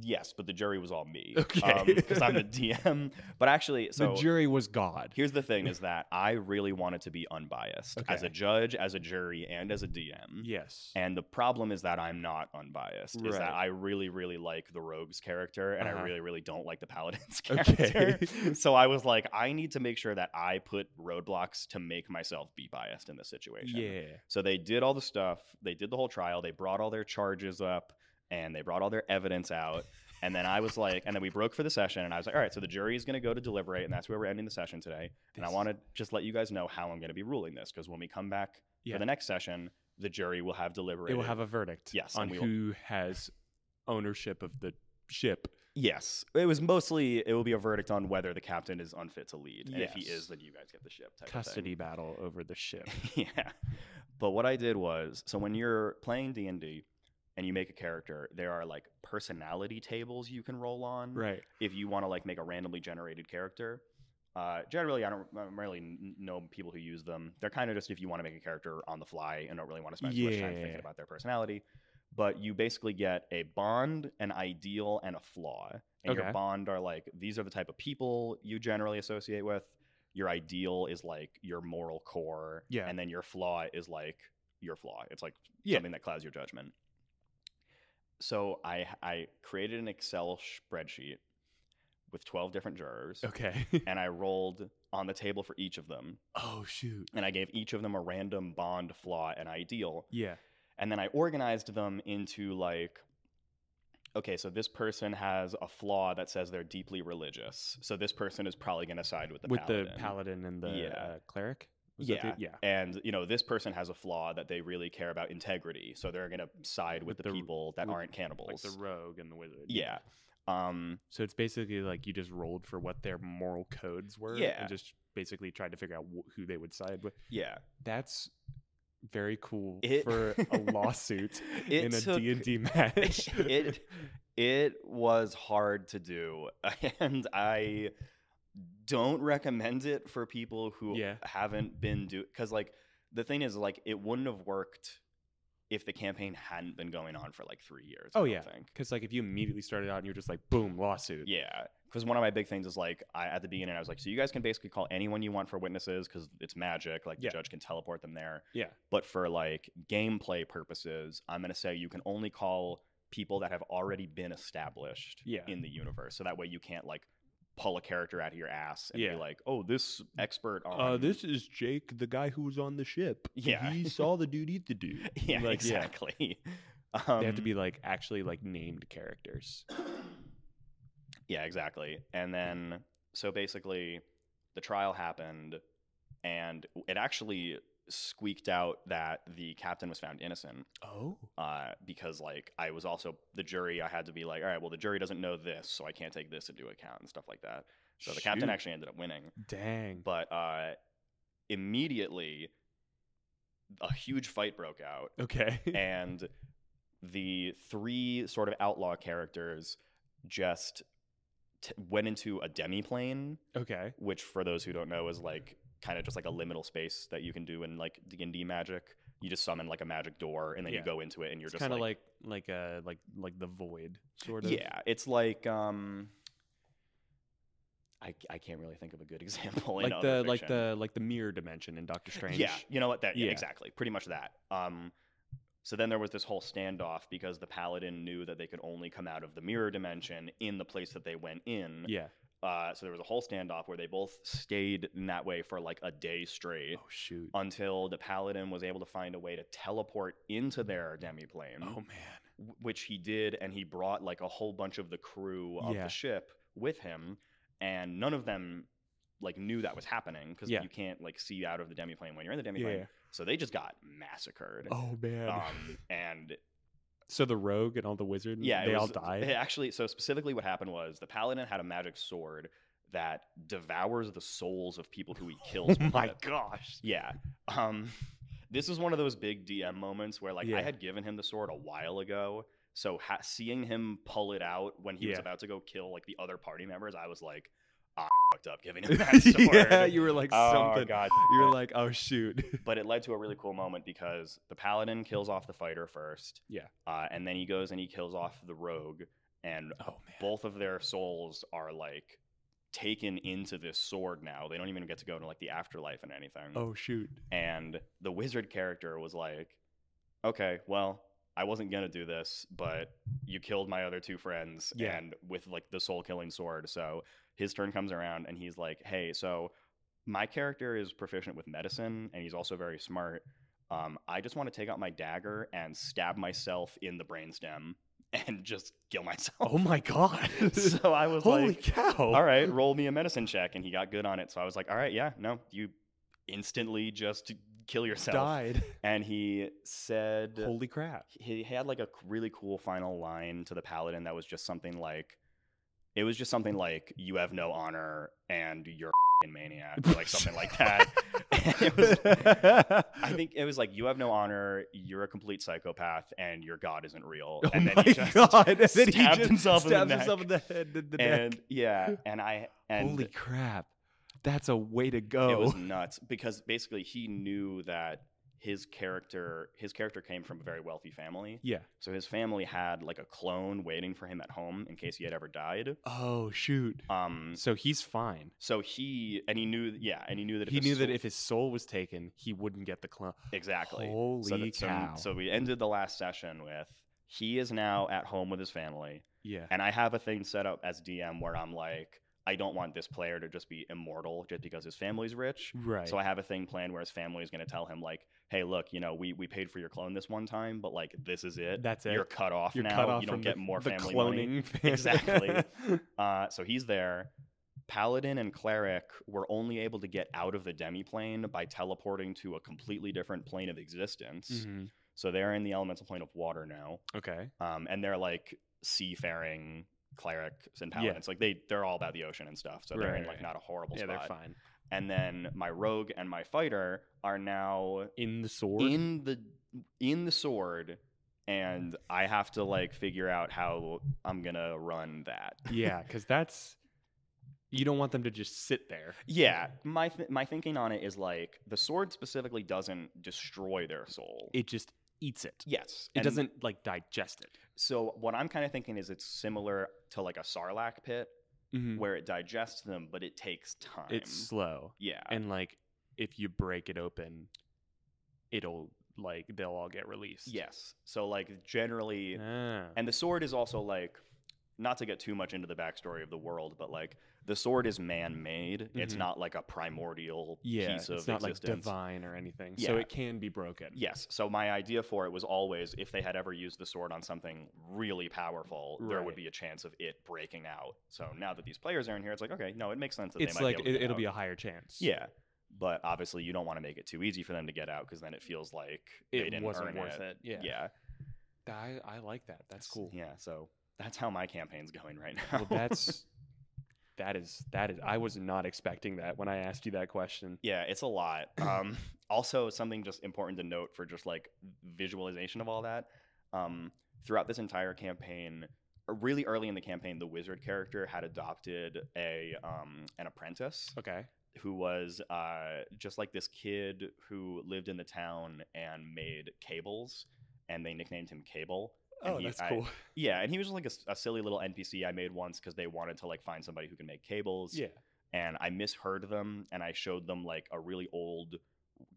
B: Yes, but the jury was all me.
A: Okay.
B: because I'm the DM. But actually, so
A: the jury was God.
B: Here's the thing is that I really wanted to be unbiased as
A: Okay.
B: a judge, as a jury, and as a DM.
A: yes.
B: And the problem is that I'm not unbiased. Is
A: Right.
B: that I really, really like the rogue's character and
A: Uh-huh.
B: I really, really don't like the paladin's character.
A: Okay.
B: so I was like, I need to make sure that I put roadblocks to make myself be biased in this situation.
A: yeah.
B: So they did all the stuff. They did the whole trial. They brought all their charges up and they brought all their evidence out. And then I was like, and then we broke for the session. And I was like, all right, so the jury is going to go to deliberate. And that's where we're ending the session today. And I
A: This-
B: want to just let you guys know how I'm going to be ruling this because when we come back
A: Yeah.
B: for the next session, the jury will have deliberated.
A: It will have a verdict.
B: Yes,
A: On
B: and we will-
A: who has ownership of the ship.
B: yes. It was mostly it will be a verdict on whether the captain is unfit to lead. And if he
A: Yes.
B: is, then you guys get the ship. Type of thing.
A: Custody battle over the ship.
B: yeah. But what I did was, so when you're playing D and D, and you make a character, there are like personality tables you can roll on
A: right.
B: if you want to like make a randomly generated character. Uh, generally, I don't, I don't really n- know people who use them. They're kind of just if you want to make a character on the fly and don't really want to spend too much time
A: Yeah.
B: thinking about their personality. But you basically get a bond, an ideal, and a flaw. And
A: Okay.
B: your bond are like these are the type of people you generally associate with. Your ideal is like your moral core,
A: Yeah.
B: and then your flaw is like your flaw. It's like
A: Yeah.
B: something that clouds your judgment. So I I created an Excel spreadsheet with 12 different jurors
A: Okay.
B: and I rolled on the table for each of them
A: oh shoot.
B: and I gave each of them a random bond flaw and ideal
A: Yeah.
B: and then I organized them into like okay so this person has a flaw that says they're deeply religious so this person is probably going to side with the
A: With
B: paladin.
A: the paladin and the
B: Yeah.
A: uh, cleric. that
B: yeah.
A: the- yeah.
B: and you know this person has a flaw that they really care about integrity so they're going to side
A: With
B: with, the,
A: the-
B: people that
A: with-
B: aren't cannibals
A: rogue and the wizard.
B: yeah um
A: So it's basically like you just rolled for what their moral codes were
B: Yeah.
A: and just basically tried to figure out wh- who they would side with.
B: yeah
A: That's very cool
B: It-
A: for a lawsuit
B: It
A: in a
B: took-
A: D&D match.
B: it it was hard to do and i don't recommend it for people who
A: Yeah.
B: haven't been do because like the thing is like it wouldn't have worked if the campaign hadn't been going on for like three years. I
A: Oh
B: don't
A: yeah,
B: think.
A: because like if you immediately started out and you're just like boom lawsuit.
B: Yeah, because one of my big things is like I, at the beginning I was like, so you guys can basically call anyone you want for witnesses because it's magic. Like
A: Yeah.
B: the judge can teleport them there.
A: Yeah.
B: But for like gameplay purposes, I'm gonna say you can only call people that have already been established
A: Yeah.
B: in the universe. So that way you can't like pull a character out of your ass and
A: Yeah.
B: be like, oh, this expert on
A: Uh, this is Jake, the guy who was on the ship.
B: Yeah.
A: he saw the dude eat the dude.
B: Yeah,
A: like, yeah.
B: exactly. Um,
A: They have to be like actually like named characters.
B: Yeah, exactly. And then so basically the trial happened and it actually squeaked out that the captain was found innocent
A: Oh,
B: uh, because like I was also the jury I had to be like all right well the jury doesn't know this so I can't take this into account and stuff like that. So the captain
A: Shoot.
B: actually ended up winning,
A: dang.
B: but uh, immediately a huge fight broke out
A: okay.
B: and the three sort of outlaw characters just t- went into a demiplane,
A: okay.
B: which for those who don't know is like kind of just like a liminal space that you can do in like D&D magic. You just summon like a magic door and then
A: Yeah.
B: you go into it and you're
A: It's
B: just
A: kind of
B: like,
A: like like uh like like the void sort of.
B: Yeah, it's like um I, I can't really think of a good example in
A: Like the
B: other
A: like
B: fiction.
A: the like the mirror dimension in Doctor Strange.
B: Yeah, you know what? That yeah,
A: Yeah.
B: exactly, pretty much that. Um, so then there was this whole standoff because the paladin knew that they could only come out of the mirror dimension in the place that they went in.
A: Yeah.
B: Uh, so there was a whole standoff where they both stayed in that way for like a day straight
A: Oh shoot.
B: until the paladin was able to find a way to teleport into their demiplane,
A: Oh man.
B: w- which he did, and he brought like a whole bunch of the crew of
A: Yeah.
B: the ship with him, and none of them like knew that was happening because
A: Yeah.
B: you can't like see out of the demiplane when you're in the
A: Yeah.
B: demiplane. So they just got massacred.
A: Oh man.
B: Um, and
A: so the rogue and all the wizard.
B: yeah, it
A: They all
B: was-
A: died.
B: they actually, so specifically, what happened was the paladin had a magic sword that devours the souls of people who he kills.
A: oh
B: with
A: my
B: it.
A: gosh.
B: Yeah. Um, this was one of those big DM moments where, like,
A: Yeah.
B: I had given him the sword a while ago. So ha- seeing him pull it out when he was
A: Yeah.
B: about to go kill like the other party members, I was like, ah, fucked up giving him that sword.
A: yeah, you were like
B: Oh,
A: something.
B: God.
A: You were like, oh shoot.
B: but it led to a really cool moment because the paladin kills off the fighter first.
A: Yeah.
B: Uh, and then he goes and he kills off the rogue, and
A: Oh man.
B: both of their souls are like taken into this sword now. They don't even get to go to like the afterlife and anything.
A: Oh shoot.
B: And the wizard character was like, okay, well, I wasn't going to do this, but you killed my other two friends
A: Yeah.
B: and with like the soul killing sword. So his turn comes around and he's like, hey, so my character is proficient with medicine and he's also very smart. Um, I just want to take out my dagger and stab myself in the brainstem and just kill myself.
A: Oh my god.
B: so I was
A: Holy
B: like, Oh,
A: cow.
B: all right, roll me a medicine check. And he got good on it. So I was like, all right, yeah, no, you instantly just kill yourself.
A: Died.
B: And he said,
A: Holy crap.
B: he had like a really cool final line to the paladin that was just something like, it was just something like, you have no honor and you're a f***ing maniac, or like something like that. And it was, I think it was like, you have no honor, you're a complete psychopath, and your god isn't real.
A: Oh
B: and
A: my god! And then he
B: stabbed
A: just
B: himself in the
A: stabbed
B: neck.
A: himself in the head. The, the
B: and
A: neck.
B: yeah, and I and
A: Holy crap! That's a way to
B: it
A: go.
B: was nuts because basically he knew that his character his character came from a very wealthy family
A: yeah.
B: so his family had like a clone waiting for him at home in case he had ever died
A: Oh shoot.
B: um
A: So he's fine.
B: so he and he knew yeah and he knew that if
A: He
B: his
A: knew that
B: soul-
A: if his soul was taken, he wouldn't get the clone.
B: exactly so,
A: Holy
B: that- so-
A: cow!
B: so we ended the last session with he is now at home with his family
A: yeah.
B: and i have a thing set up as dm where i'm like i don't want this player to just be immortal just because his family's rich
A: Right.
B: So I have a thing planned where his family is going to tell him like, "Hey, look, you know, we we paid for your clone this one time, but like this is it.
A: That's it.
B: You're cut off
A: You're
B: now.
A: cut off
B: you don't
A: from
B: get
A: the,
B: more
A: the
B: family money."
A: cloning. fam-
B: Exactly. Uh, so he's there. Paladin and cleric were only able to get out of the demiplane by teleporting to a completely different plane of existence.
A: Mhm.
B: So they're in the elemental plane of water now,
A: Okay.
B: um, and they're like seafaring clerics and paladins. Like they they're all about the ocean and stuff. So they're
A: Right,
B: in like
A: right.
B: not a horrible
A: Yeah,
B: spot
A: they're fine.
B: and then my rogue and my fighter are now
A: In the sword.
B: in the in the sword and i have to like figure out how i'm gonna run that
A: yeah, because that's you don't want them to just sit there.
B: yeah my th- my thinking on it is like the sword specifically doesn't destroy their soul
A: It just eats it.
B: Yes.
A: It
B: and
A: doesn't like digest it.
B: So what I'm kind of thinking is it's similar to like a sarlacc pit where it digests them, but it takes time.
A: Mm-hmm. It's slow.
B: yeah.
A: And like if you break it open, it'll like they'll all get released.
B: yes. So like generally,
A: Ah.
B: and the sword is also like not to get too much into the backstory of the world, but like the sword is man-made. It's
A: Mhm.
B: not like a primordial
A: yeah,
B: piece of
A: it's not like
B: existence.
A: divine or anything. So
B: Yeah.
A: it can be broken.
B: Yes. So my idea for it was always if they had ever used the sword on something really powerful, there would
A: Right.
B: be a chance of it breaking out. So now that these players are in here, it's like okay, no, it makes sense that
A: It's
B: they might
A: like
B: be able to
A: it,
B: get
A: it'll
B: out.
A: be a higher chance.
B: yeah. But obviously, you don't want to make it too easy for them to get out because then it feels like they
A: It
B: didn't
A: wasn't
B: earn
A: worth it. Yeah.
B: Yeah. yeah,
A: I, I like that. That's cool.
B: Yeah. So that's how my campaign's going right now.
A: Well, that's that is that is I was not expecting that when I asked you that question.
B: Yeah, it's a lot. Um, also, something just important to note for just like visualization of all that. Um, throughout this entire campaign, or really early in the campaign, the wizard character had adopted a um, an apprentice
A: Okay.
B: who was uh, just like this kid who lived in the town and made cables, and they nicknamed him Cable.
A: Oh,
B: And he- I- yeah, and he was just like a s- a, silly little NPC I made once because they wanted to like find somebody who can make cables
A: yeah.
B: and I misheard them and I showed them like a really old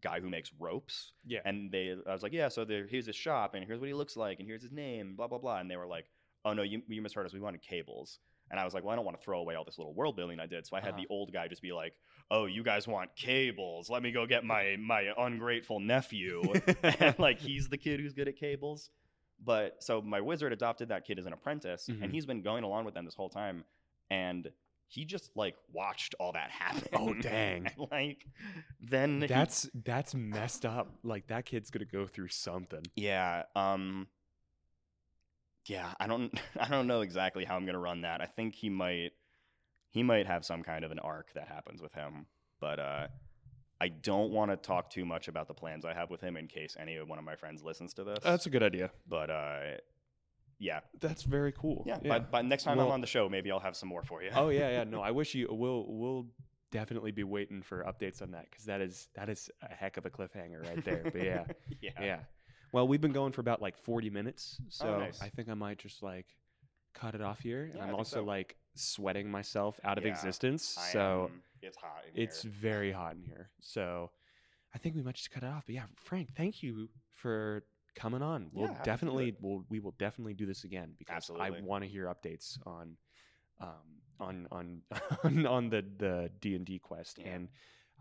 B: guy who makes ropes
A: Yeah.
B: and they I was like yeah so there here's his shop and here's what he looks like and here's his name blah blah blah and they were like oh no you, you misheard us we wanted cables and I was like well I don't want to throw away all this little world building I did so I had
A: Uh-huh.
B: the old guy just be like oh you guys want cables let me go get my my ungrateful nephew and like he's the kid who's good at cables but so my wizard adopted that kid as an apprentice
A: Mhm.
B: and he's been going along with them this whole time and he just like watched all that happen
A: Oh, dang.
B: And, like then he-
A: That's that's messed up. Like that kid's gonna go through something.
B: yeah um yeah i don't i don't know exactly how i'm gonna run that i think he might he might have some kind of an arc that happens with him but uh i don't want to talk too much about the plans i have with him in case any of one of my friends listens to this
A: a good idea.
B: but uh yeah
A: That's very cool.
B: yeah, By, by next time i'm
A: Well-
B: on the show maybe i'll have some more for you
A: oh yeah, yeah. No, I wish you will. We'll definitely be waiting for updates on that because that is that is a heck of a cliffhanger right there. But yeah,
B: yeah Oh,
A: yeah. Well, we've been going for about like forty minutes, so
B: nice.
A: I think I might just like cut it off here.
B: Yeah,
A: and
B: I
A: I'm
B: think
A: also
B: so.
A: like sweating myself out of
B: Yeah,
A: existence.
B: I
A: so
B: am- it's hot in
A: it's
B: here.
A: very hot in here. So I think we might just cut it off. But yeah, Frank, thank you for coming on. We'll
B: Yeah, happy to do
A: definitely we'll, we will definitely do this again because I
B: Absolutely.
A: want to hear updates on um on on on, on the the D and D quest
B: Yeah.
A: and.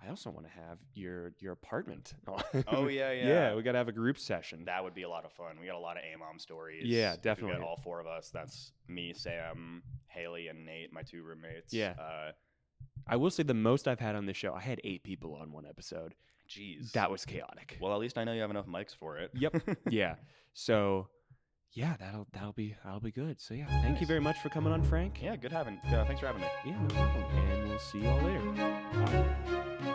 A: I also want to have your your apartment.
B: oh yeah yeah
A: yeah. We got to have a group session.
B: That would be a lot of fun. We got a lot of AMOM stories.
A: Yeah,
B: We got
A: definitely.
B: all four of us. That's me, Sam, Haley, and Nate, my two roommates.
A: Yeah.
B: Uh,
A: I will say the most I've had on this show. I had eight people on one episode.
B: Jeez.
A: That was chaotic.
B: well, at least I know you have enough mics for it.
A: Yep. yeah. So, yeah, that'll that'll be that'll be good. So yeah, thank you
B: Nice.
A: very much for coming on, Frank.
B: yeah. Good having. Uh, thanks for having me.
A: Yeah, no problem. And we'll see you all later. Bye.